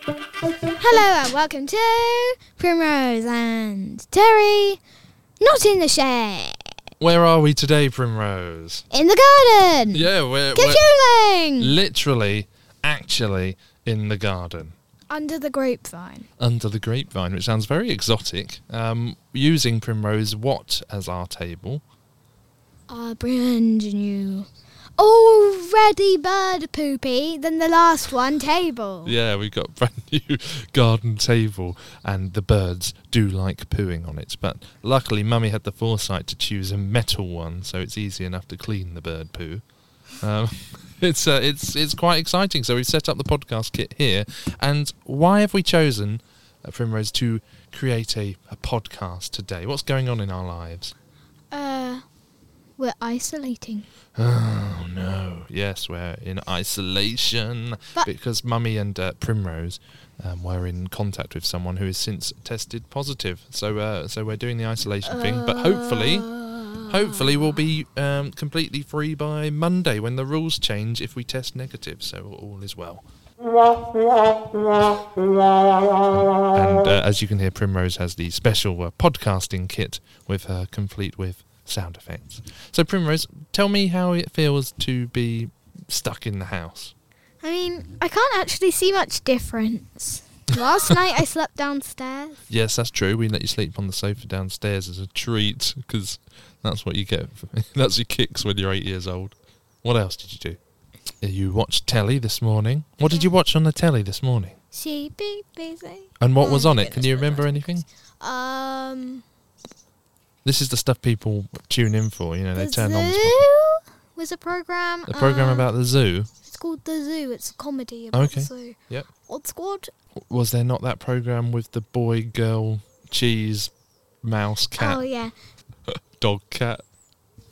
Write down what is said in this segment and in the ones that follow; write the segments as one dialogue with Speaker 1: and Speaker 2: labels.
Speaker 1: Hello and welcome to Primrose and Terry. Not in the shade,
Speaker 2: Where are we today, Primrose?
Speaker 1: in the garden.
Speaker 2: Yeah, we're, we're
Speaker 1: Confusing.
Speaker 2: literally, actually in the garden
Speaker 1: Under the grapevine.
Speaker 2: under the grapevine, which sounds very exotic. Um, using Primrose what as our table?
Speaker 1: A brand new, already bird poopy than the last one table.
Speaker 2: Yeah, we've got brand new garden table, and the birds do like pooing on it. But luckily, Mummy had the foresight to choose a metal one, so it's easy enough to clean the bird poo. Um, it's uh, it's it's quite exciting. So we've set up the podcast kit here, and why have we chosen uh, Primrose to create a, a podcast today? What's going on in our lives?
Speaker 1: Uh, we're isolating.
Speaker 2: Oh no! Yes, we're in isolation
Speaker 1: But-
Speaker 2: because Mummy and uh, Primrose um, were in contact with someone who has since tested positive. So, uh, so we're doing the isolation thing. But hopefully,
Speaker 1: Uh,
Speaker 2: hopefully, we'll be um, completely free by Monday when the rules change if we test negative. So all is well. And uh, as you can hear, Primrose has the special uh, podcasting kit with her, complete with sound effects. So, Primrose, tell me how it feels to be stuck in the house.
Speaker 1: I mean, I can't actually see much difference. Last night I slept downstairs.
Speaker 2: Yes, that's true. We let you sleep on the sofa downstairs as a treat because that's what you get. that's your kicks when you're eight years old. What else did you do? Uh, You watched telly this morning. What did you watch on the telly this morning?
Speaker 1: She be busy.
Speaker 2: And what was
Speaker 1: Oh,
Speaker 2: on
Speaker 1: my
Speaker 2: it? Can
Speaker 1: goodness,
Speaker 2: you
Speaker 1: my
Speaker 2: remember
Speaker 1: goodness.
Speaker 2: anything?
Speaker 1: Um,
Speaker 2: This is the stuff people tune in for. You know, they
Speaker 1: the
Speaker 2: turn on.
Speaker 1: zoo
Speaker 2: This
Speaker 1: was a program.
Speaker 2: a program
Speaker 1: um,
Speaker 2: about the zoo.
Speaker 1: It's called the zoo. It's a comedy about the
Speaker 2: Okay.
Speaker 1: zoo.
Speaker 2: Yep.
Speaker 1: Odd Squad.
Speaker 2: Was there not that program with the boy, girl, cheese, mouse, cat,
Speaker 1: Oh yeah.
Speaker 2: dog, cat,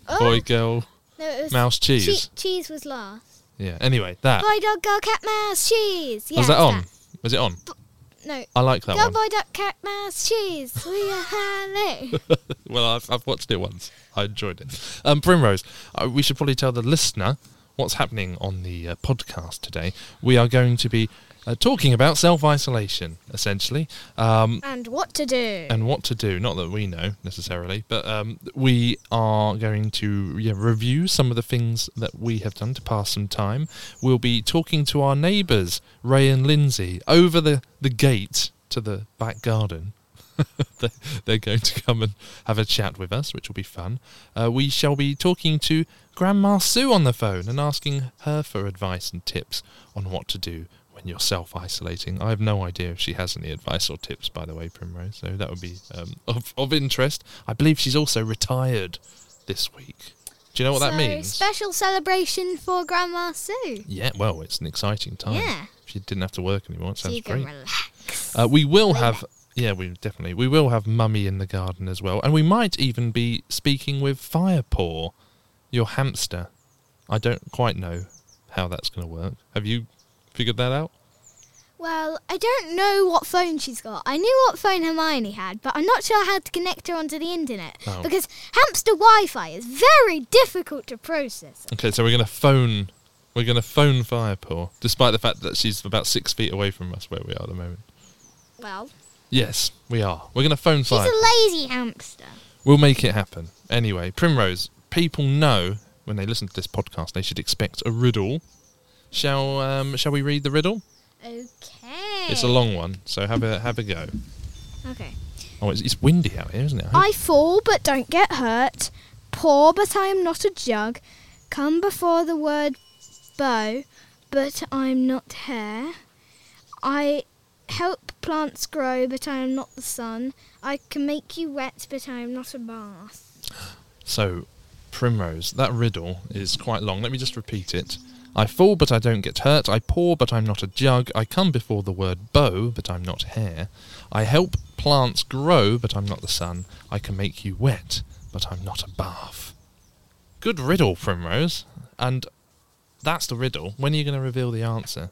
Speaker 1: Oh,
Speaker 2: boy, girl,
Speaker 1: no, it was
Speaker 2: mouse,
Speaker 1: che-
Speaker 2: cheese?
Speaker 1: cheese was last.
Speaker 2: Yeah. Anyway, that
Speaker 1: Boy, dog, girl, cat, mouse, cheese. Yeah,
Speaker 2: Ah. was that
Speaker 1: it's
Speaker 2: on? Was it on?
Speaker 1: No.
Speaker 2: I like that
Speaker 1: girl,
Speaker 2: one.
Speaker 1: boy, duck, cat, mouse, cheese. We are hello.
Speaker 2: Well, I've, I've watched it once. I enjoyed it. Um, Primrose, uh, we should probably tell the listener what's happening on the uh, podcast today. We are going to be uh, talking about self isolation, essentially. Um,
Speaker 1: and what to do?
Speaker 2: and what to do. Not that we know necessarily, but um, we are going to yeah, review some of the things that we have done to pass some time. We'll be talking to our neighbours, Ray and Lindsay, over the, the gate to the back garden. They- They're going to come and have a chat with us, which will be fun. Uh, we shall be talking to Grandma Sue on the phone and asking her for advice and tips on what to do when you're self isolating. I have no idea if she has any advice or tips, by the way, Primrose, so that would be um, of, of interest. I believe she's also retired this week. Do you know what that
Speaker 1: So,
Speaker 2: means?
Speaker 1: Special celebration for Grandma Sue.
Speaker 2: yeah, well, it's an exciting time.
Speaker 1: Yeah.
Speaker 2: She didn't have to work anymore. It
Speaker 1: So
Speaker 2: sounds
Speaker 1: you
Speaker 2: great.
Speaker 1: can relax.
Speaker 2: Uh, we will have, yeah, we definitely we will have Mummy in the garden as well, and we might even be speaking with Firepaw, your hamster. I don't quite know how that's going to work. Have you figured that out?
Speaker 1: Well, I don't know what phone she's got. I knew what phone Hermione had, but I'm not sure how to connect her onto the internet
Speaker 2: Oh.
Speaker 1: because hamster Wi-Fi is very difficult to process.
Speaker 2: Okay, so we're going to phone, we're going to phone Firepaw, despite the fact that she's about six feet away from us where we are at the moment.
Speaker 1: Well,
Speaker 2: Yes, we are. We're going to phone
Speaker 1: she's
Speaker 2: Fire.
Speaker 1: a lazy hamster.
Speaker 2: We'll make it happen. Anyway, Primrose, people know when they listen to this podcast they should expect a riddle. Shall um, shall we read the riddle?
Speaker 1: Okay.
Speaker 2: It's a long one, so have a have a go.
Speaker 1: Okay.
Speaker 2: Oh, it's, it's windy out here, isn't it?
Speaker 1: I fall but don't get hurt. Poor but I am not a jug. Come before the word bow, but I'm not hair. I help plants grow, but I am not the sun. I can make you wet, but I am not a bath.
Speaker 2: so, Primrose, that riddle is quite long. Let me just repeat it. I fall, but I don't get hurt. I pour, but I'm not a jug. I come before the word bow, but I'm not hair. I help plants grow, but I'm not the sun. I can make you wet, but I'm not a bath. Good riddle, Primrose. And that's the riddle. When are you going to reveal the answer?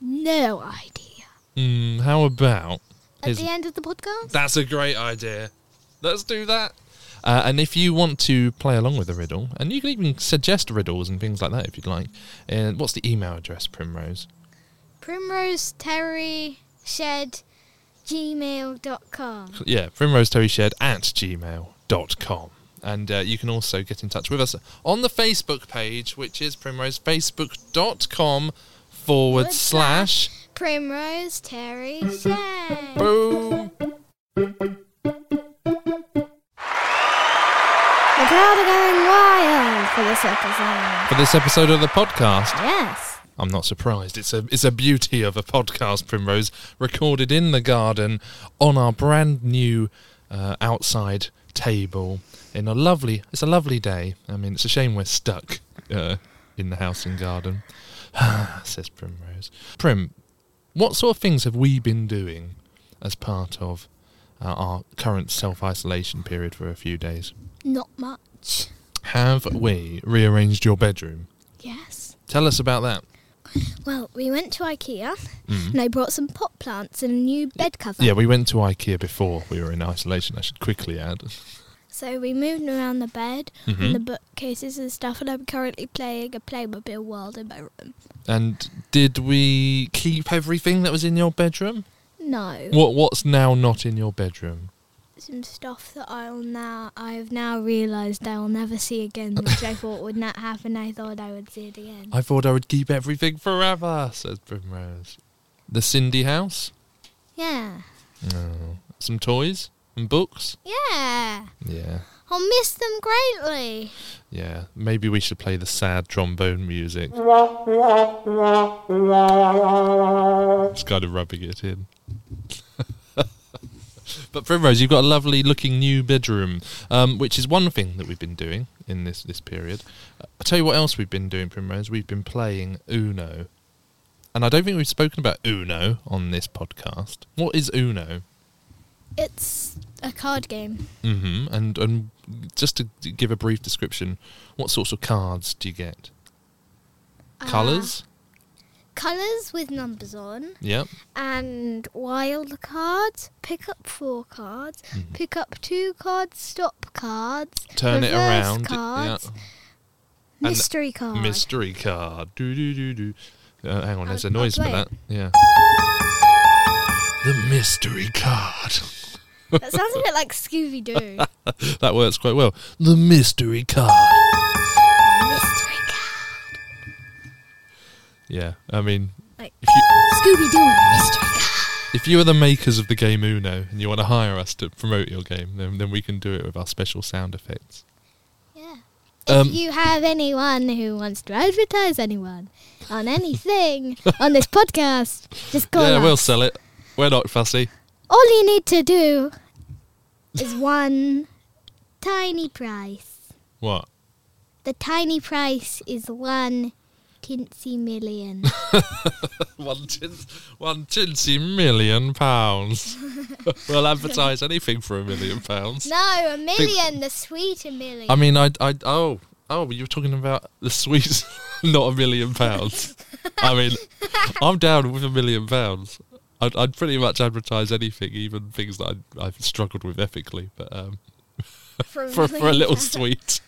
Speaker 1: No idea.
Speaker 2: Hmm, how about
Speaker 1: at
Speaker 2: Here's-
Speaker 1: the end of the podcast?
Speaker 2: That's a great idea. Let's do that. Uh, and if you want to play along with a riddle, and you can even suggest riddles and things like that if you'd like. And what's the email address, Primrose?
Speaker 1: Primrose Terry Shed gmail.com.
Speaker 2: yeah, primroseterryshed at gmail.com. And uh, you can also get in touch with us on the Facebook page, which is primrosefacebook.com forward
Speaker 1: Forward
Speaker 2: slash.
Speaker 1: slash. Primrose Terry Shed.
Speaker 2: Boom!
Speaker 1: The crowd are going wild for this episode.
Speaker 2: For this episode of the podcast,
Speaker 1: Yes.
Speaker 2: I'm not surprised. It's a it's a beauty of a podcast, Primrose, recorded in the garden on our brand new uh, outside table in a lovely. It's a lovely day. I mean, it's a shame we're stuck uh, in the house and garden. Says Primrose. Prim, what sort of things have we been doing as part of uh, our current self isolation period for a few days?
Speaker 1: Not much.
Speaker 2: Have we rearranged your bedroom?
Speaker 1: Yes.
Speaker 2: Tell us about that.
Speaker 1: Well, we went to IKEA
Speaker 2: Mm.
Speaker 1: and I brought some pot plants and a new bed cover.
Speaker 2: Yeah, we went to IKEA before we were in isolation. I should quickly add.
Speaker 1: So we moved around the bed
Speaker 2: Mhm.
Speaker 1: and the bookcases and stuff, and I'm currently playing a Playmobil world in my room.
Speaker 2: And did we keep everything that was in your bedroom?
Speaker 1: No,
Speaker 2: What What's now not in your bedroom?
Speaker 1: some stuff that I'll now I've now realised I'll never see again, which I thought would not happen. I thought I would see it again.
Speaker 2: I thought I would keep everything forever," says Primrose. The Cindy house.
Speaker 1: yeah,
Speaker 2: No. Some toys and books.
Speaker 1: yeah,
Speaker 2: Yeah,
Speaker 1: I'll miss them greatly.
Speaker 2: yeah. Maybe we should play the sad trombone music. It's kind of rubbing it in. but Primrose, you've got a lovely looking new bedroom, um, which is one thing that we've been doing in this this period. Uh, I'll tell you what else we've been doing, Primrose. We've been playing Uno. And I don't think we've spoken about Uno on this podcast. What is Uno?
Speaker 1: It's a card game.
Speaker 2: hmm And and just to d- give a brief description, what sorts of cards do you get?
Speaker 1: Ah.
Speaker 2: Colours?
Speaker 1: Colors Uh, with numbers on
Speaker 2: Yep.
Speaker 1: and wild cards. Pick up four cards.
Speaker 2: Mhm.
Speaker 1: Pick up two cards. Stop cards.
Speaker 2: Turn it
Speaker 1: reverse
Speaker 2: around.
Speaker 1: Cards. Oh,
Speaker 2: Yeah. And
Speaker 1: Mystery card.
Speaker 2: Mystery card. Do do do do. Uh, hang on, there's a
Speaker 1: I'll-
Speaker 2: noise for
Speaker 1: I'll play
Speaker 2: that.
Speaker 1: it.
Speaker 2: Yeah. The mystery card.
Speaker 1: that sounds a bit like Scooby Doo.
Speaker 2: That works quite well. The mystery card.
Speaker 1: Mystery card.
Speaker 2: Yeah, I mean,
Speaker 1: Like-
Speaker 2: if you
Speaker 1: Scooby Doo and mystery card.
Speaker 2: if you are the makers of the game Uno and you want to hire us to promote your game, then then we can do it with our special sound effects.
Speaker 1: Yeah.
Speaker 2: Um,
Speaker 1: if you have anyone who wants to advertise anyone on anything on this podcast, just call
Speaker 2: yeah,
Speaker 1: us.
Speaker 2: we'll sell it. We're not fussy.
Speaker 1: All you need to do is one tiny price.
Speaker 2: What?
Speaker 1: The tiny price is one tinsy million.
Speaker 2: One tin, one tinsy million pounds. we'll advertise anything for a million pounds.
Speaker 1: no, a million, the sweet a million.
Speaker 2: I mean, I, I, oh, oh, you were talking about the sweets, not a million pounds. I mean, I'm down with a million pounds. I'd, I'd pretty much advertise anything, even things that i I've struggled with ethically. But um, for for a little sweet,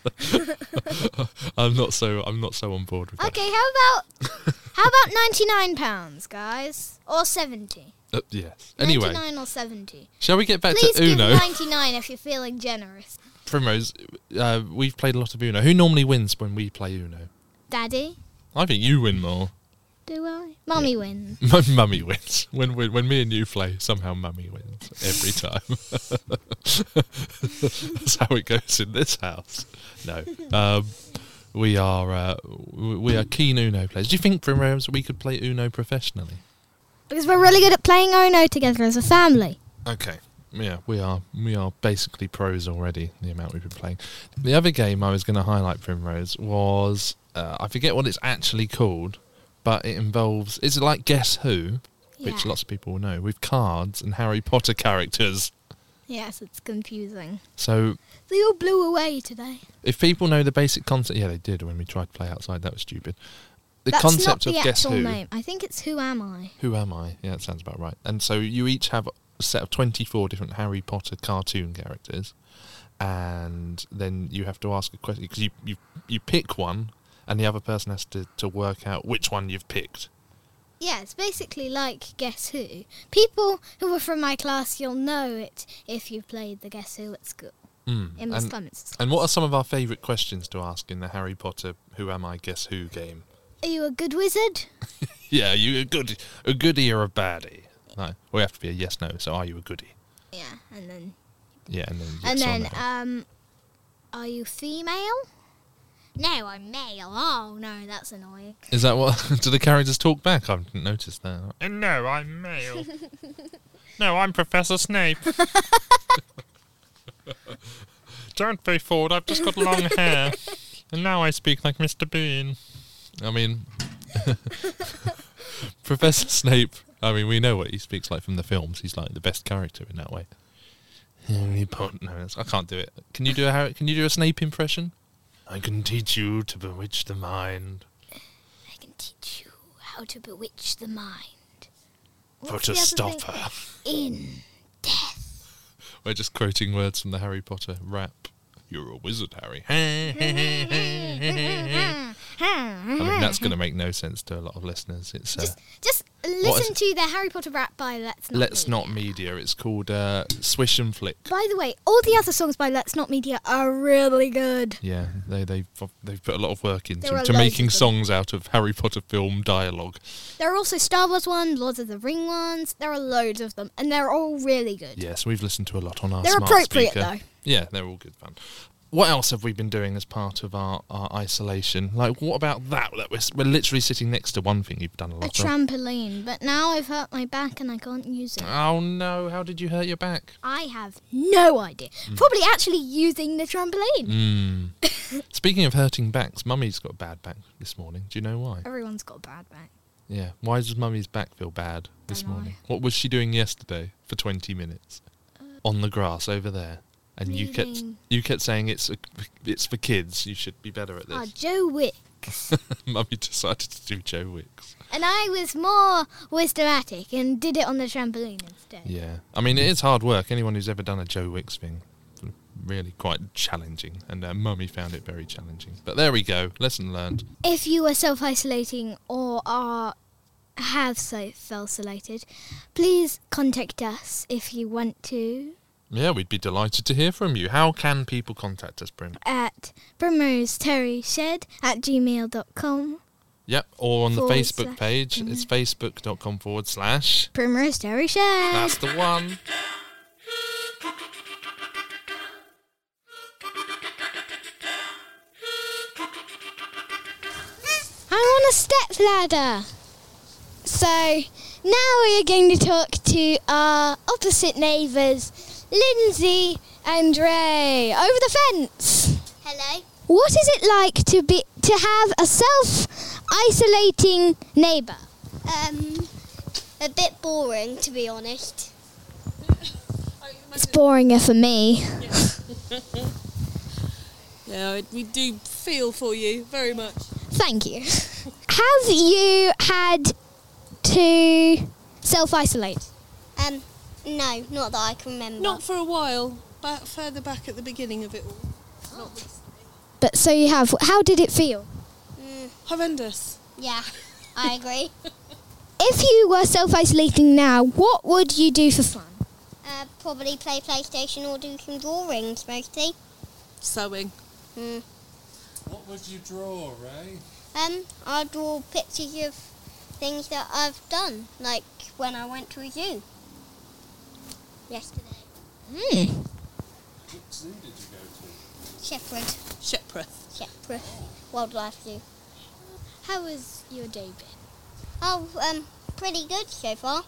Speaker 2: I'm not so I'm not so on board with that.
Speaker 1: Okay, how about how about ninety nine pounds, guys, or seventy?
Speaker 2: Uh, yes. Anyway,
Speaker 1: ninety nine or seventy.
Speaker 2: shall we get back
Speaker 1: Please
Speaker 2: to
Speaker 1: give
Speaker 2: Uno?
Speaker 1: ninety nine if you're feeling generous,
Speaker 2: Primrose, uh, we've played a lot of Uno. Who normally wins when we play Uno?
Speaker 1: Daddy.
Speaker 2: I think you win more.
Speaker 1: Do I? Mummy wins.
Speaker 2: My mummy wins when we, when me and you play. Somehow, mummy wins every time. That's how it goes in this house. No, um, we are uh, w- we are keen Uno players. Do you think Primrose we could play Uno professionally?
Speaker 1: Because we're really good at playing Uno together as a family.
Speaker 2: Okay. Yeah, we are we are basically pros already. The amount we've been playing. The other game I was going to highlight, Primrose, was uh, I forget what it's actually called, but it involves it's like Guess Who, which
Speaker 1: Yeah.
Speaker 2: lots of people will know, with cards and Harry Potter characters.
Speaker 1: Yes, it's confusing.
Speaker 2: So
Speaker 1: They all blew away today.
Speaker 2: if people know the basic concept, yeah, they did when we tried to play outside. That was stupid. The
Speaker 1: That's
Speaker 2: concept
Speaker 1: not the
Speaker 2: of Guess
Speaker 1: actual
Speaker 2: Who.
Speaker 1: name. I think it's Who Am I?
Speaker 2: Who am I? Yeah, that sounds about right. And so you each have set of 24 different Harry Potter cartoon characters. And then you have to ask a question because you, you, you pick one, and the other person has to, to work out which one you've picked.
Speaker 1: Yeah, it's basically like Guess Who. People who were from my class, you'll know it if you played the Guess Who at school
Speaker 2: Mm.
Speaker 1: in Miss
Speaker 2: And,
Speaker 1: Clements.
Speaker 2: and what are some of our favourite questions to ask in the Harry Potter Who Am I Guess Who game?
Speaker 1: Are you a good wizard?
Speaker 2: Yeah, are you a good a goodie or a baddie? No, we have to be a yes no. So are you a goodie?
Speaker 1: Yeah, and then
Speaker 2: Yeah, and then
Speaker 1: and
Speaker 2: yes or
Speaker 1: then
Speaker 2: no.
Speaker 1: um, are you female? No, I'm male. Oh no, that's annoying.
Speaker 2: Is that what? Do the characters talk back? I didn't notice that. And Uh, no, I'm male. no, I'm Professor Snape. Don't be fooled. I've just got long hair, and now I speak like Mr. Bean. I mean, Professor Snape. I mean, we know what he speaks like from the films. He's like the best character in that way. Harry Potter. No, that's- I can't do it. Can you do a Harry, Can you do a Snape impression? I can teach you to bewitch the mind.
Speaker 1: I can teach you how to bewitch the mind.
Speaker 2: Put
Speaker 1: What's
Speaker 2: a
Speaker 1: the other
Speaker 2: stop
Speaker 1: thing?
Speaker 2: her.
Speaker 1: In death.
Speaker 2: We're just quoting words from the Harry Potter rap. You're a wizard, Harry. I
Speaker 1: Hmm.
Speaker 2: mean, that's going to make no sense to a lot of listeners. It's uh,
Speaker 1: Just
Speaker 2: What
Speaker 1: listen
Speaker 2: is-
Speaker 1: to the Harry Potter rap by Let's Not
Speaker 2: Let's
Speaker 1: Media.
Speaker 2: Not Media. It's called uh, Swish and Flick.
Speaker 1: By the way, all the other songs by Let's Not Media are really good.
Speaker 2: Yeah, they, they've, they've put a lot of work into
Speaker 1: There are
Speaker 2: to
Speaker 1: loads
Speaker 2: making
Speaker 1: of them.
Speaker 2: songs out of Harry Potter film dialogue.
Speaker 1: There are also Star Wars ones, Lords of the Ring ones. There are loads of them, and they're all really good.
Speaker 2: Yes, we've listened to a lot on our
Speaker 1: They're
Speaker 2: smart
Speaker 1: appropriate,
Speaker 2: speaker.
Speaker 1: though.
Speaker 2: Yeah, they're all good fun. What else have we been doing as part of our, our isolation? Like, what about that? That we're, s- we're literally sitting next to one thing you've done a lot
Speaker 1: A
Speaker 2: of.
Speaker 1: trampoline, but now I've hurt my back and I can't use it.
Speaker 2: Oh no, how did you hurt your back?
Speaker 1: I have no idea. Probably actually using the trampoline.
Speaker 2: Mm. Speaking of hurting backs, Mummy's got a bad back this morning. Do you know why?
Speaker 1: Everyone's got a bad back.
Speaker 2: Yeah. Why does Mummy's back feel bad this
Speaker 1: Dunno.
Speaker 2: morning? What was she doing yesterday for 20 minutes? On the grass over there. And you kept
Speaker 1: Reading.
Speaker 2: you kept saying it's a, it's for kids. You should be better at
Speaker 1: Ah,
Speaker 2: this.
Speaker 1: Joe Wicks.
Speaker 2: Mummy decided to do Joe Wicks.
Speaker 1: and I was more wisdomatic and did it on the trampoline instead.
Speaker 2: Yeah. I mean, it is hard work. Anyone who's ever done a Joe Wicks thing, really quite challenging. And uh, Mummy found it very challenging. But there we go. Lesson learned.
Speaker 1: if you are self isolating or are have self isolated, please contact us if you want to
Speaker 2: Yeah, we'd be delighted to hear from you. How can people contact us, Brim?
Speaker 1: at primrose terry shed at gmail.com.
Speaker 2: Yep, or on the
Speaker 1: Forward
Speaker 2: Facebook
Speaker 1: slash
Speaker 2: page. It's facebook.com forward slash.
Speaker 1: Primrose terry shed.
Speaker 2: That's the one.
Speaker 1: I'm on a step ladder. So now we are going to talk to our opposite neighbours, Lindsay and Ray, over the fence. Hello. What is it like to be to have a self-isolating neighbour?
Speaker 3: Um, a bit boring to be honest.
Speaker 1: It's boringer for me.
Speaker 4: Yeah, we do feel for you very much.
Speaker 1: Thank you. Have you had to self-isolate?
Speaker 3: Um, no, not that I can remember.
Speaker 4: Not for a while, back further back at the beginning of it all. Not
Speaker 1: But so you have. How did it feel?
Speaker 3: Mm,
Speaker 4: horrendous.
Speaker 3: yeah, I agree.
Speaker 1: If you were self-isolating now, what would you do for fun?
Speaker 3: uh, probably play PlayStation or do some drawings mostly.
Speaker 4: Sewing.
Speaker 3: Mm.
Speaker 5: What would you draw, Ray?
Speaker 3: Um, I draw pictures of things that I've done, like when I went to a zoo yesterday.
Speaker 5: Which zoo did you go to?
Speaker 3: Shepherd,
Speaker 4: Shepworth.
Speaker 3: Shepherd Wildlife Zoo.
Speaker 1: How was your day been?
Speaker 3: Oh, um, pretty good so far.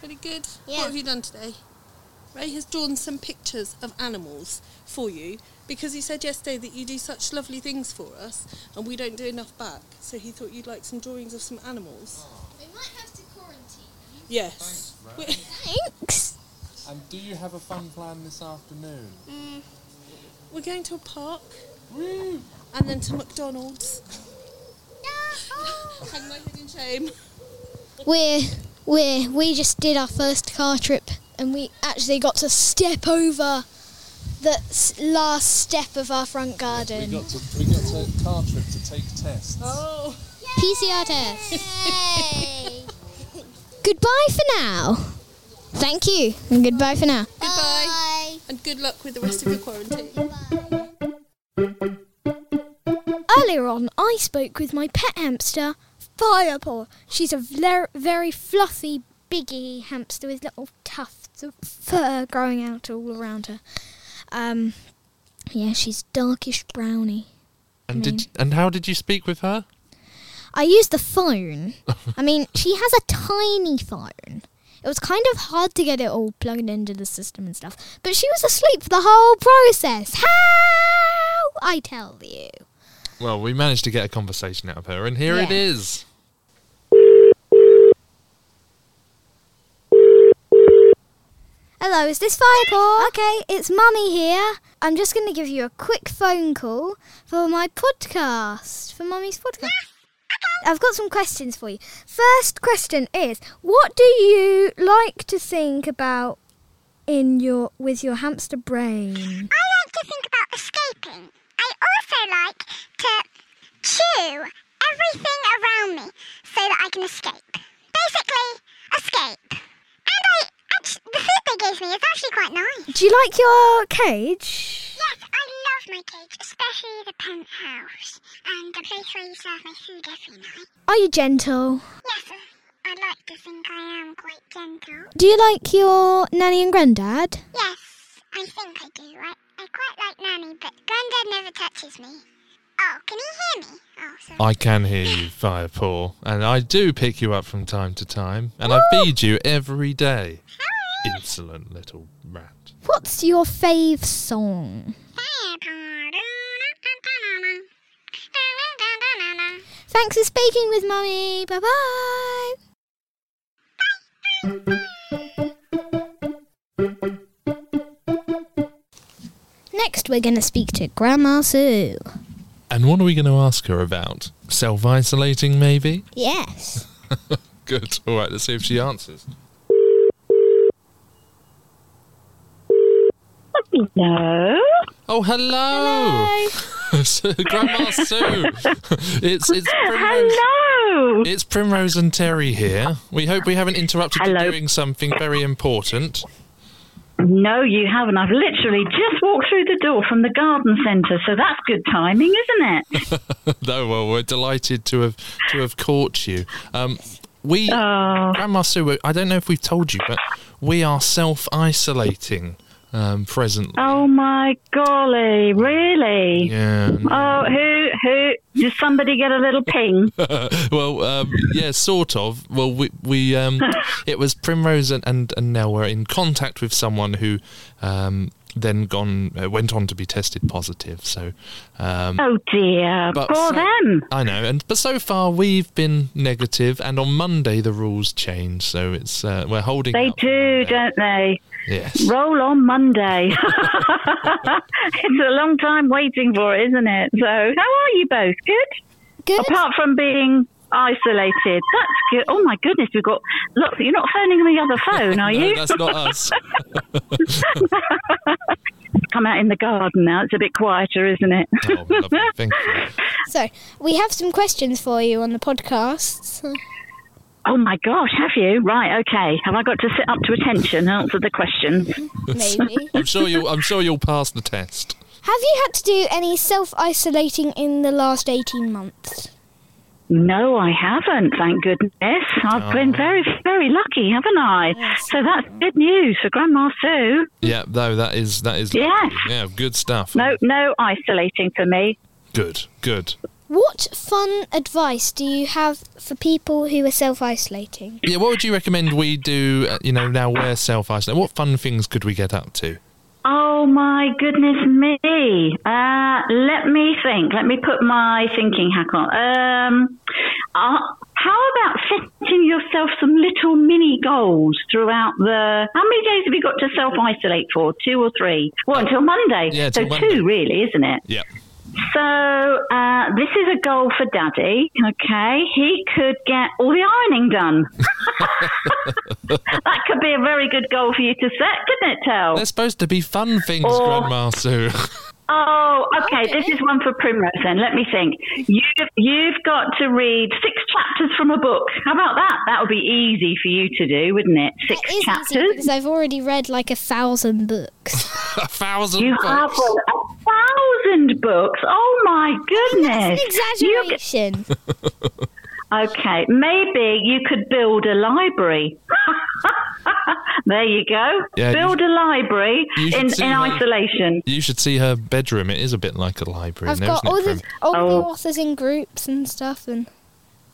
Speaker 4: Pretty good.
Speaker 3: Yeah.
Speaker 4: What have you done today? Ray has drawn some pictures of animals for you because he said yesterday that you do such lovely things for us and we don't do enough back. So he thought you'd like some drawings of some animals.
Speaker 1: We might have to quarantine.
Speaker 4: Yes.
Speaker 5: Ray.
Speaker 4: We-
Speaker 1: Thanks.
Speaker 5: And do you have a fun plan this afternoon?
Speaker 4: We're going to a park
Speaker 5: Woo!
Speaker 4: and then to McDonald's. Hang my head in shame.
Speaker 1: We're we we just did our first car trip
Speaker 6: and we actually got to step over the s- last step of our front
Speaker 5: We
Speaker 6: garden.
Speaker 5: got to we got to a car trip to take tests.
Speaker 4: Oh,
Speaker 6: PCR test.
Speaker 3: Yay!
Speaker 6: Goodbye for now. Thank you, and goodbye for now.
Speaker 4: goodbye. And good luck with the rest of your quarantine.
Speaker 1: Earlier on, I spoke with my pet hamster, Firepaw. She's a vler- very fluffy, biggy hamster with little tufts of fur growing out all around her. Um, yeah, she's darkish browny.
Speaker 2: And did and how did you speak with her?
Speaker 1: I used the phone. I mean, she has a tiny phone. It was kind of hard to get it all plugged into the system and stuff, but she was asleep for the whole process. How? I tell you.
Speaker 2: Well, we managed to get a conversation out of her, and here it
Speaker 1: Yeah.
Speaker 2: is.
Speaker 1: Hello, is this Firepaw? Okay, it's Mummy here. I'm just going to give you a quick phone call for my podcast, for Mummy's podcast. I've got some questions for you. First question is, what do you like to think about in your with your hamster brain?
Speaker 7: I like to think about escaping. I also like to chew everything around me so that I can escape. Basically, escape. And I, actually, the food they gave me is actually quite nice.
Speaker 1: Do you like your cage?
Speaker 7: Yes, I love my cage, especially the penthouse and the place where you serve my food every night.
Speaker 1: Are you gentle?
Speaker 7: Yes, I like to think I am quite gentle.
Speaker 1: Do you like your nanny and granddad?
Speaker 7: Yes, I think I do. I, I quite like Nanny, but Grandad never touches me. Oh, can you hear me? Oh, sorry.
Speaker 2: I can hear you, Firepaw, and I do pick you up from time to time, and I feed you every day. Insolent little rat.
Speaker 1: What's your fave song? Thanks for speaking with Mummy. Bye bye. Next, we're going to speak to Grandma Sue.
Speaker 2: And what are we going to ask her about? Self isolating, maybe?
Speaker 1: Yes.
Speaker 2: Good. All right, let's see if she answers.
Speaker 8: No.
Speaker 2: Oh, hello! So, Grandma Sue! it's, it's, Primrose,
Speaker 8: Hello.
Speaker 2: it's Primrose and Terry here. We hope we haven't interrupted you
Speaker 8: Hello.
Speaker 2: doing something very important.
Speaker 8: No, you haven't. I've literally just walked through the door from the garden centre, so that's good timing, isn't it?
Speaker 2: No, well, we're delighted to have to have caught you. Um, we,
Speaker 8: Oh,
Speaker 2: Grandma Sue, I don't know if we've told you, but we are self isolating um, presently.
Speaker 8: oh my golly, really?
Speaker 2: Yeah.
Speaker 8: Oh, who, who? Did somebody get a little ping?
Speaker 2: well, um, yeah, sort of. Well, we, we um, it was Primrose and, and, and Nell were in contact with someone who um, then gone uh, went on to be tested positive. So um,
Speaker 8: Oh dear,
Speaker 2: But
Speaker 8: poor
Speaker 2: so-
Speaker 8: them.
Speaker 2: I know, and but so far we've been negative, and on Monday the rules change, so it's uh, we're holding.
Speaker 8: They
Speaker 2: out for
Speaker 8: do,
Speaker 2: Monday.
Speaker 8: don't they?
Speaker 2: Yes.
Speaker 8: Roll on Monday. it's a long time waiting for it, isn't it? So, how are you both? Good?
Speaker 1: Good.
Speaker 8: apart from being isolated. That's good. Oh my goodness, we've got look. You're not phoning the other phone, are
Speaker 2: No,
Speaker 8: you?
Speaker 2: that's not us.
Speaker 8: Come out in the garden now. It's a bit quieter, isn't it?
Speaker 2: Oh, lovely. Thank you.
Speaker 6: So, we have some questions for you on the podcast.
Speaker 8: Oh my gosh, have you? Right, okay. Have I got to sit up to attention and answer the questions?
Speaker 6: Maybe.
Speaker 2: I'm sure you. I'm sure you'll pass the test.
Speaker 6: Have you had to do any self isolating in the last 18 months?
Speaker 8: No, I haven't. Thank goodness. I've
Speaker 2: Oh.
Speaker 8: been very, very lucky, haven't I? So that's good news for Grandma Sue.
Speaker 2: Yeah. No, that is that is.
Speaker 8: Yeah.
Speaker 2: lovely. Yeah. Good stuff.
Speaker 8: No, no isolating for me.
Speaker 2: Good. Good.
Speaker 6: What fun advice do you have for people who are self isolating?
Speaker 2: Yeah. What would you recommend we do? Uh, you know, now we're self isolated. What fun things could we get up to?
Speaker 8: Oh my goodness me! Uh, let me think. Let me put my thinking hack on. Um, uh, how about setting yourself some little mini goals throughout the? How many days have you got to self isolate for? Two or three? Well, until Monday.
Speaker 2: Yeah,
Speaker 8: so
Speaker 2: till
Speaker 8: two
Speaker 2: Monday.
Speaker 8: really, isn't it?
Speaker 2: Yeah.
Speaker 8: So uh, this is a goal for Daddy. Okay, he could get all the ironing done. that could be a very good goal for you to set, couldn't it, Tell?
Speaker 2: They're supposed to be fun things,
Speaker 8: Or-
Speaker 2: Grandma Sue.
Speaker 8: Oh, okay. This is one for Primrose. Then let me think. You've you've got to read six chapters from a book. How about that? That would be easy for you to do, wouldn't it? Six
Speaker 6: That is easy
Speaker 8: chapters.
Speaker 6: because I've already read like a thousand books.
Speaker 2: a thousand
Speaker 8: You have
Speaker 2: bucks.
Speaker 8: well, a thousand books. Oh my goodness! You could-
Speaker 6: Exaggeration.
Speaker 8: okay, maybe you could build a library. there you go.
Speaker 2: Yeah,
Speaker 8: build a library
Speaker 2: you should
Speaker 8: in,
Speaker 2: see
Speaker 8: in
Speaker 2: how-
Speaker 8: isolation.
Speaker 2: You should see her bedroom. It is a bit like a library
Speaker 6: I've
Speaker 2: in there,
Speaker 6: got
Speaker 2: not
Speaker 6: all
Speaker 2: it?
Speaker 6: the
Speaker 2: Prim?
Speaker 6: all
Speaker 8: Oh.
Speaker 6: the authors in groups and stuff, and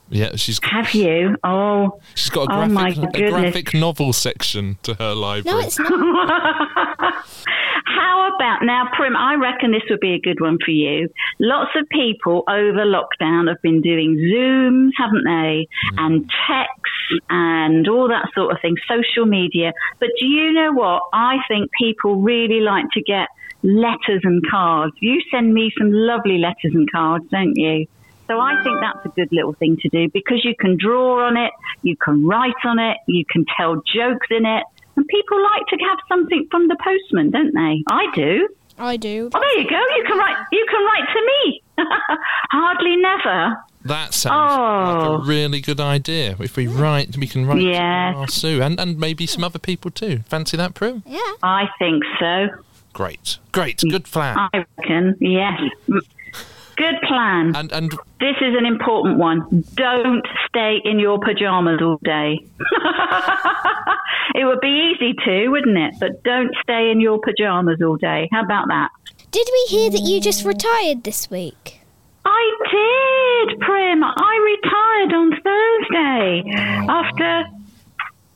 Speaker 2: Yeah, she's
Speaker 8: Have you? Oh.
Speaker 2: she's got a
Speaker 8: Oh my
Speaker 2: graphic, a
Speaker 8: goodness.
Speaker 2: graphic novel section to her library.
Speaker 6: no, it's not.
Speaker 8: How about now, Prim? I reckon this would be a good one for you. Lots of people over lockdown have been doing Zooms, haven't they? And texts and all that sort of thing, social media. But do you know what? I think people really like to get letters and cards. You send me some lovely letters and cards, don't you? So I think that's a good little thing to do because you can draw on it, you can write on it, you can tell jokes in it. And people like to have something from the postman, don't they? I do.
Speaker 6: I do.
Speaker 8: Oh, there you go. You can write. You can write to me. Hardly never.
Speaker 2: That sounds
Speaker 8: Oh.
Speaker 2: like a really good idea. If we write, we can write
Speaker 8: Yes.
Speaker 2: to Sue and, and maybe some other people too. Fancy that, Prim?
Speaker 8: I think so.
Speaker 2: Great. Great. Good plan.
Speaker 8: I reckon. Yes. Mm. Good plan.
Speaker 2: And and
Speaker 8: This is an important one. Don't stay in your pajamas all day. it would be easy to, wouldn't it? But don't stay in your pajamas all day. How about that?
Speaker 6: Did we hear that you
Speaker 8: Mm.
Speaker 6: just retired this week?
Speaker 8: I did, Prim. I retired on Thursday after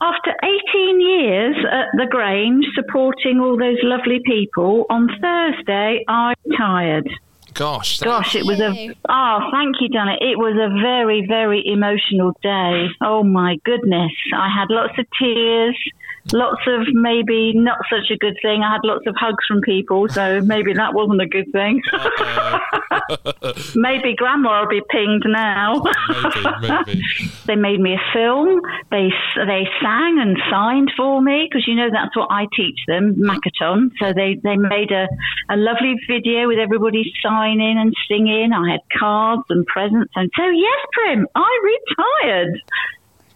Speaker 8: after 18 years at the Grange supporting all those lovely people. On Thursday, I retired.
Speaker 2: gosh, that-
Speaker 8: Gosh, it was a oh, thank you, Donna. It was a very, very emotional day. Oh my goodness, I had lots of tears, lots of maybe not such a good thing. I had lots of hugs from people, so maybe that wasn't a good thing. maybe Grandma will be pinged now.
Speaker 2: maybe, maybe.
Speaker 8: They made me a film. They they sang and signed for me because you know that's what I teach them, Makaton. So they they made a, a lovely video with everybody signing and singing. I had cards and presents, and so yes, Prim, I retired.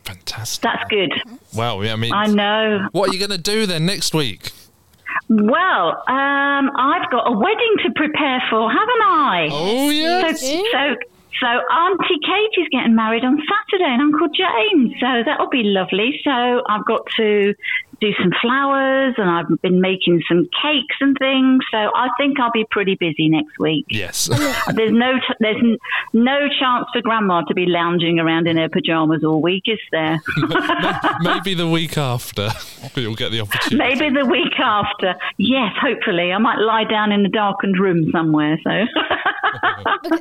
Speaker 2: Fantastic.
Speaker 8: That's good.
Speaker 2: Wow, yeah, I mean,
Speaker 8: I know.
Speaker 2: what are you going to do then next week?
Speaker 8: Well, um, I've got a wedding to prepare for, haven't I?
Speaker 2: Oh, yes.
Speaker 8: So, so, so Auntie Katie's getting married on Saturday, and Uncle James. So that'll be lovely. So I've got to do some flowers, and I've been making some cakes and things. So I think I'll be pretty busy next week.
Speaker 2: Yes.
Speaker 8: There's no, t- there's n- no chance for Grandma to be lounging around in her pajamas all week, is there?
Speaker 2: maybe the week after you'll get the opportunity.
Speaker 8: Maybe the week after. Yes, hopefully. I might lie down in a darkened room somewhere. So,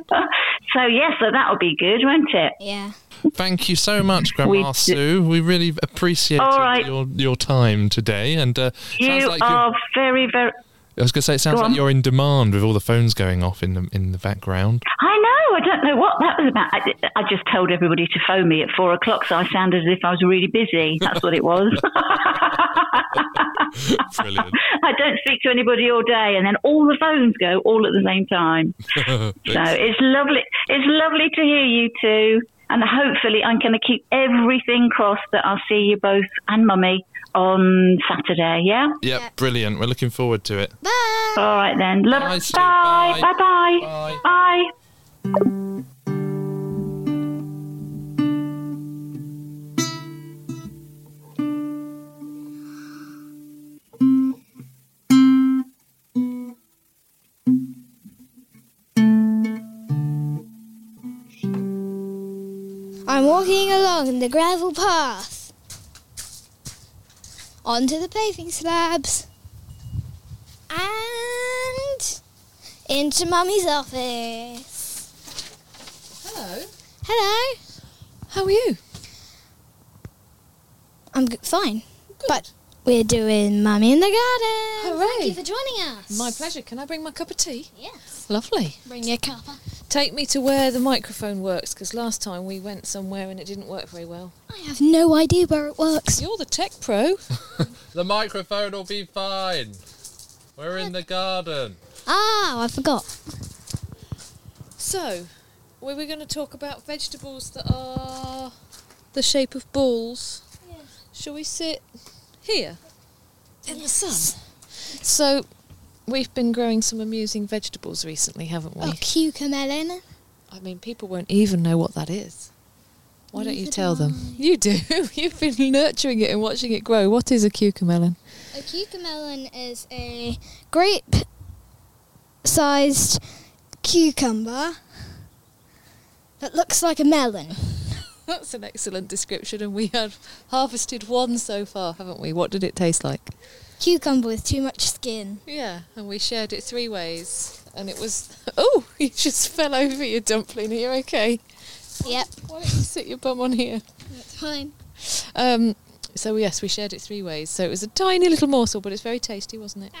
Speaker 8: so yes, so that'll be good, won't it?
Speaker 6: Yeah.
Speaker 2: Thank you so much, Grandma
Speaker 8: We-
Speaker 2: Sue. We really appreciate
Speaker 8: All right.
Speaker 2: your, your time today. And uh, sounds
Speaker 8: You
Speaker 2: like you-
Speaker 8: are very, very.
Speaker 2: I was going to say, it sounds
Speaker 8: Go
Speaker 2: like
Speaker 8: on.
Speaker 2: you're in demand with all the phones going off in the in the background.
Speaker 8: I know. I don't know what that was about. I, I just told everybody to phone me at four o'clock, so I sounded as if I was really busy. That's what it was.
Speaker 2: Brilliant.
Speaker 8: I don't speak to anybody all day, and then all the phones go all at the same time. So it's lovely. It's lovely to hear you two, and hopefully I'm going to keep everything crossed that I'll see you both and Mummy on Saturday. Yeah.
Speaker 2: Yep, brilliant. We're looking forward to it.
Speaker 8: All right then. Love.
Speaker 2: Bye, Sue.
Speaker 8: Bye.
Speaker 2: Bye.
Speaker 8: Bye.
Speaker 2: Bye.
Speaker 8: Bye. Bye.
Speaker 6: I'm walking along the gravel path onto the paving slabs and into Mummy's office.
Speaker 4: Hello.
Speaker 6: Hello,
Speaker 4: How are you?
Speaker 6: I'm g- fine, but we're doing Mummy in the garden.
Speaker 4: Hooray.
Speaker 6: Thank you for joining us.
Speaker 4: My pleasure. Can I bring my cup of tea?
Speaker 6: yes.
Speaker 9: Lovely.
Speaker 6: Bring your kappa.
Speaker 9: Take me to where the microphone works, because last time we went somewhere and it didn't work very well.
Speaker 6: I have no idea where it works.
Speaker 9: You're the tech pro.
Speaker 2: The microphone will be fine. We're in the garden.
Speaker 6: Ah, I forgot.
Speaker 9: So, we were going to talk about vegetables that are the shape of balls. Shall we sit here in the sun? So, we've been growing some amusing vegetables recently, haven't we?
Speaker 6: Oh, cucamelon.
Speaker 9: I mean, people won't even know what that is. Why don't you
Speaker 6: Neither
Speaker 9: tell
Speaker 6: do
Speaker 9: them? You do. You've been nurturing it and watching it grow. What is a cucamelon?
Speaker 6: A cucamelon is
Speaker 1: a grape sized cucumber
Speaker 6: that looks like a melon.
Speaker 9: That's an excellent description, and we have harvested one so far, haven't we? What did it taste like?
Speaker 1: cucumber with too much skin.
Speaker 9: Yeah, and we shared it three ways, and it was. Oh, you just fell over your dumpling. Are you okay?
Speaker 6: Yep.
Speaker 9: Why don't you sit your bum on here?
Speaker 6: That's fine.
Speaker 9: Um, so yes, we shared it three ways. So it was a tiny little morsel, but it's very tasty, wasn't it?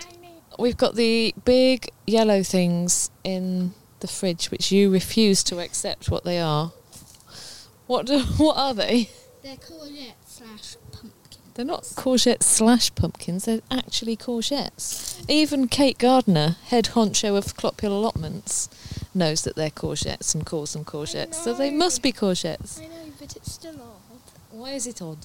Speaker 9: We've got the big yellow things in the fridge, which you refuse to accept what they are. What do, what are they?
Speaker 6: They're slash pumpkin.
Speaker 9: They're not courgettes slash pumpkins. They're actually courgettes. Even Kate Gardner, head honcho of Clop Hill Allotments, knows that they're courgettes and calls them courgettes. So they must be courgettes.
Speaker 6: I know, but it's still odd.
Speaker 9: Why is it odd?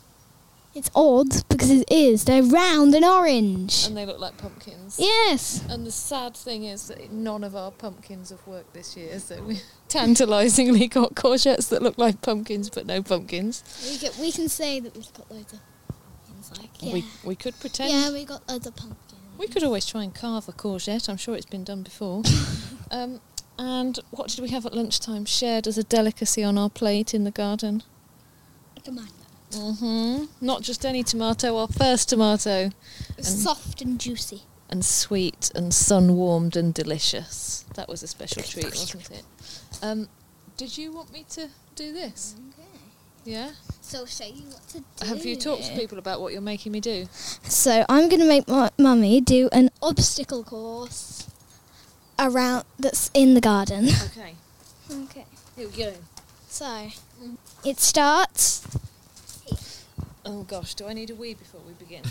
Speaker 1: It's odd because it is. They're round and orange.
Speaker 9: And they look like pumpkins.
Speaker 1: Yes.
Speaker 9: And the sad thing is that none of our pumpkins have worked this year, so we tantalisingly got courgettes that look like pumpkins but no pumpkins.
Speaker 6: We can, we can say that we've got loads of pumpkins. Like yeah.
Speaker 9: We we could pretend.
Speaker 6: yeah, we got other pumpkins.
Speaker 9: We could always try and carve a courgette. I'm sure it's been done before. um, and what did we have at lunchtime shared as a delicacy on our plate in the garden?
Speaker 6: Like a mango. Mm-hmm.
Speaker 9: hmm Not just any tomato, our first tomato. And-
Speaker 6: Soft and juicy.
Speaker 9: and sweet and sun warmed and delicious. That was a special treat, wasn't it? Um, did you want me to do this?
Speaker 6: Okay.
Speaker 9: Yeah.
Speaker 6: So show you what to do.
Speaker 9: Have you talked to people about what you're making me do?
Speaker 1: So I'm going to make my mummy do an
Speaker 6: Obstacle course.
Speaker 1: around that's in the garden.
Speaker 9: Okay.
Speaker 6: Okay.
Speaker 9: Here we go.
Speaker 6: So
Speaker 1: It starts.
Speaker 9: Oh gosh, do I need a wee before we begin?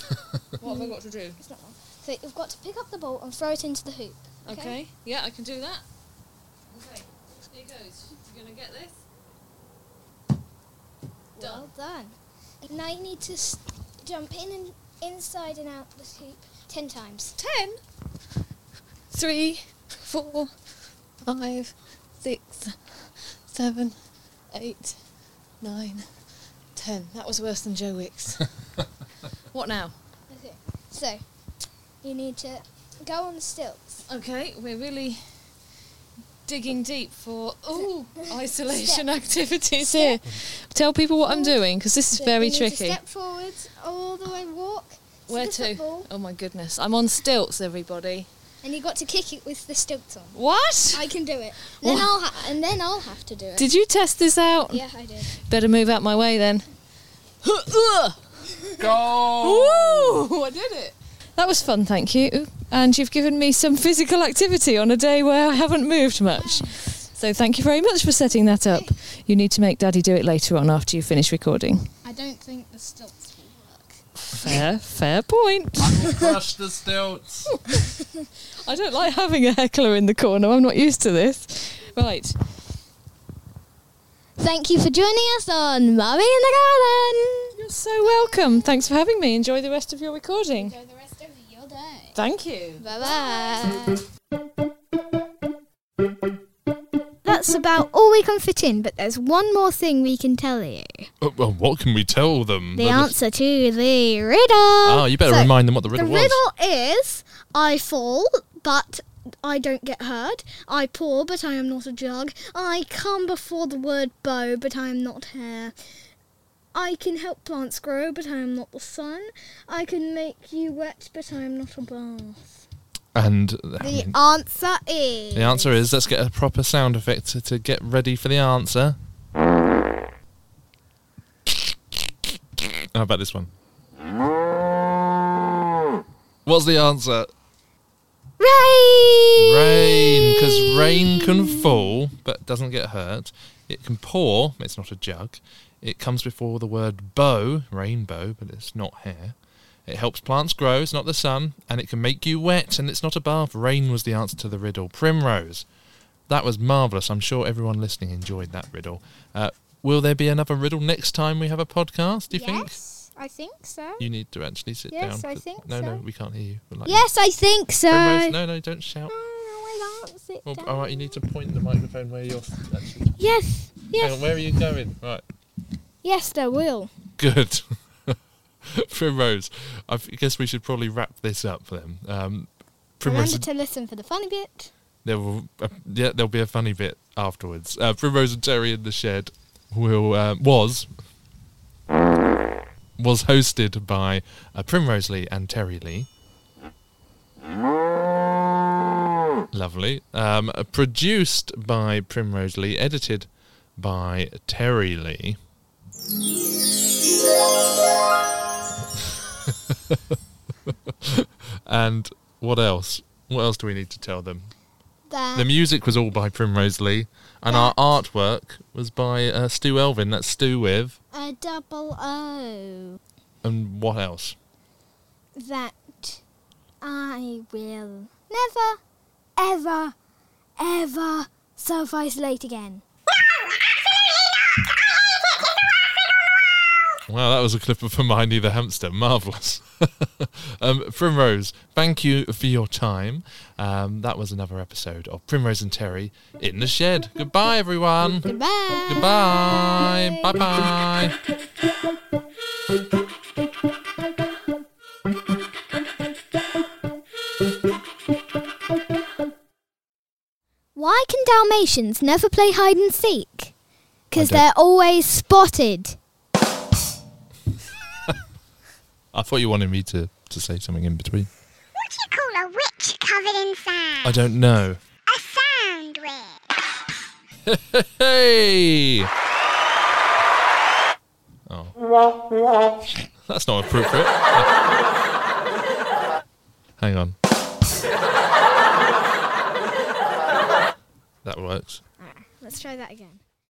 Speaker 9: what have I got to do?
Speaker 6: it's not long. So you've got to pick up the ball and throw it into the hoop.
Speaker 9: Okay. Yeah, I can do that. Okay. Here goes. You're gonna get this. Done.
Speaker 6: Well done. Now you need to s- jump in and inside and out the hoop ten times.
Speaker 9: Ten. Three, four, five, six, seven, eight, nine, ten. That was worse than Joe Wicks. what now?
Speaker 6: Okay. So you need to go on the stilts.
Speaker 9: Okay, we're really digging deep for ooh isolation activities here. Tell people what I'm doing because this is
Speaker 6: So
Speaker 9: very
Speaker 6: you need to
Speaker 9: tricky.
Speaker 6: step forwards all the way walk. to
Speaker 9: Where
Speaker 6: the
Speaker 9: to?
Speaker 6: football,
Speaker 9: Oh my goodness! I'm on stilts, everybody.
Speaker 6: And you got to kick it with the stilts on.
Speaker 9: What?
Speaker 6: I can do it. Then
Speaker 9: Wha-
Speaker 6: I'll ha- and then I'll have to do it.
Speaker 9: Did you test this out?
Speaker 6: yeah, I did.
Speaker 9: Better move out my way then.
Speaker 2: Go!
Speaker 9: Woo! I did it. That was fun, thank you. And you've given me some physical activity on a day where I haven't moved much. So thank you very much for setting that up. You need to make Daddy do it later on after you finish recording.
Speaker 6: I don't think the stilts will work.
Speaker 9: Fair, fair point.
Speaker 2: Crush the stilts.
Speaker 9: I don't like having a heckler in the corner. I'm not used to this. Right.
Speaker 1: Thank you for joining us on Mummy in the Garden.
Speaker 9: You're so welcome. Thanks for having me. Enjoy the rest of your recording.
Speaker 6: Enjoy the rest of your day.
Speaker 9: Thank you.
Speaker 1: Bye bye. That's about all we can fit in, but there's one more thing we can tell you.
Speaker 2: Uh, well, what can we tell them?
Speaker 1: The
Speaker 2: That
Speaker 1: answer to the riddle.
Speaker 2: Oh, you better
Speaker 1: So,
Speaker 2: remind them what the
Speaker 1: The
Speaker 2: riddle was.
Speaker 1: riddle is I fall, but I don't get hurt. I pour, but I am not a jug. I come before the word bow, but I am not hair. I can help plants grow, but I am not the sun. I can make you wet, but I am not a bath.
Speaker 2: And
Speaker 1: The
Speaker 2: the,
Speaker 1: answer is.
Speaker 2: the answer is let's get a proper sound effect to, to get ready for the answer. How about this one? What's the answer?
Speaker 1: Rain!
Speaker 2: Rain, because rain can fall but doesn't get hurt. It can pour, but it's not a jug. It comes before the word bow, rainbow, but it's not hair. It helps plants grow, it's not the sun, and it can make you wet, and it's not a bath. Rain was the answer to the riddle. Primrose. That was marvellous. I'm sure everyone listening enjoyed that riddle. Uh, will there be another riddle next time we have a podcast, do you think?
Speaker 1: Yes, I think so.
Speaker 2: You need to actually sit
Speaker 1: Yes,
Speaker 2: down.
Speaker 1: I
Speaker 2: 'cause-
Speaker 1: think
Speaker 2: no,
Speaker 1: so.
Speaker 2: no, we can't hear you. We're like-
Speaker 1: Yes, I think so.
Speaker 2: Primrose, no, no, don't shout.
Speaker 1: No, I can't sit
Speaker 2: Well,
Speaker 1: down.
Speaker 2: all right, you need to point the microphone where you're actually
Speaker 1: Yes,
Speaker 2: Hang on,
Speaker 1: yes,
Speaker 2: where are you going? Right.
Speaker 1: yes, there will.
Speaker 2: Good. Primrose, I f- guess we should probably wrap this up then. Um, Primrose,
Speaker 1: Remember to listen for the funny bit.
Speaker 2: there will, uh, yeah, there'll be a funny bit afterwards. Uh, Primrose and Terry in the shed will um, was was hosted by uh, Primrose Lee and Terry Lee. Lovely. Um, uh, produced by Primrose Lee, edited by Terry Lee. and what else? What else do we need to tell them? The music was all by Primrose Lee, and our artwork was by uh, Stu Elvin. That's Stu with.
Speaker 3: A double O.
Speaker 2: And what else?
Speaker 3: That I will never, ever, ever self isolate again.
Speaker 2: Wow, that was a clip of Hermione the hamster. Marvellous. um, Primrose, thank you for your time. Um, that was another episode of Primrose and Terry in the Shed. Goodbye, everyone.
Speaker 1: Goodbye.
Speaker 2: Goodbye. Bye bye.
Speaker 1: Why can Dalmatians never play hide and seek? Because
Speaker 2: I don't-
Speaker 1: they're always spotted.
Speaker 2: I thought you wanted me to, to say something in between.
Speaker 7: What do you call a witch covered in sand?
Speaker 2: I don't know.
Speaker 7: A sand witch.
Speaker 2: Hey! Oh. That's not appropriate. Hang on. That works.
Speaker 1: Let's try that again.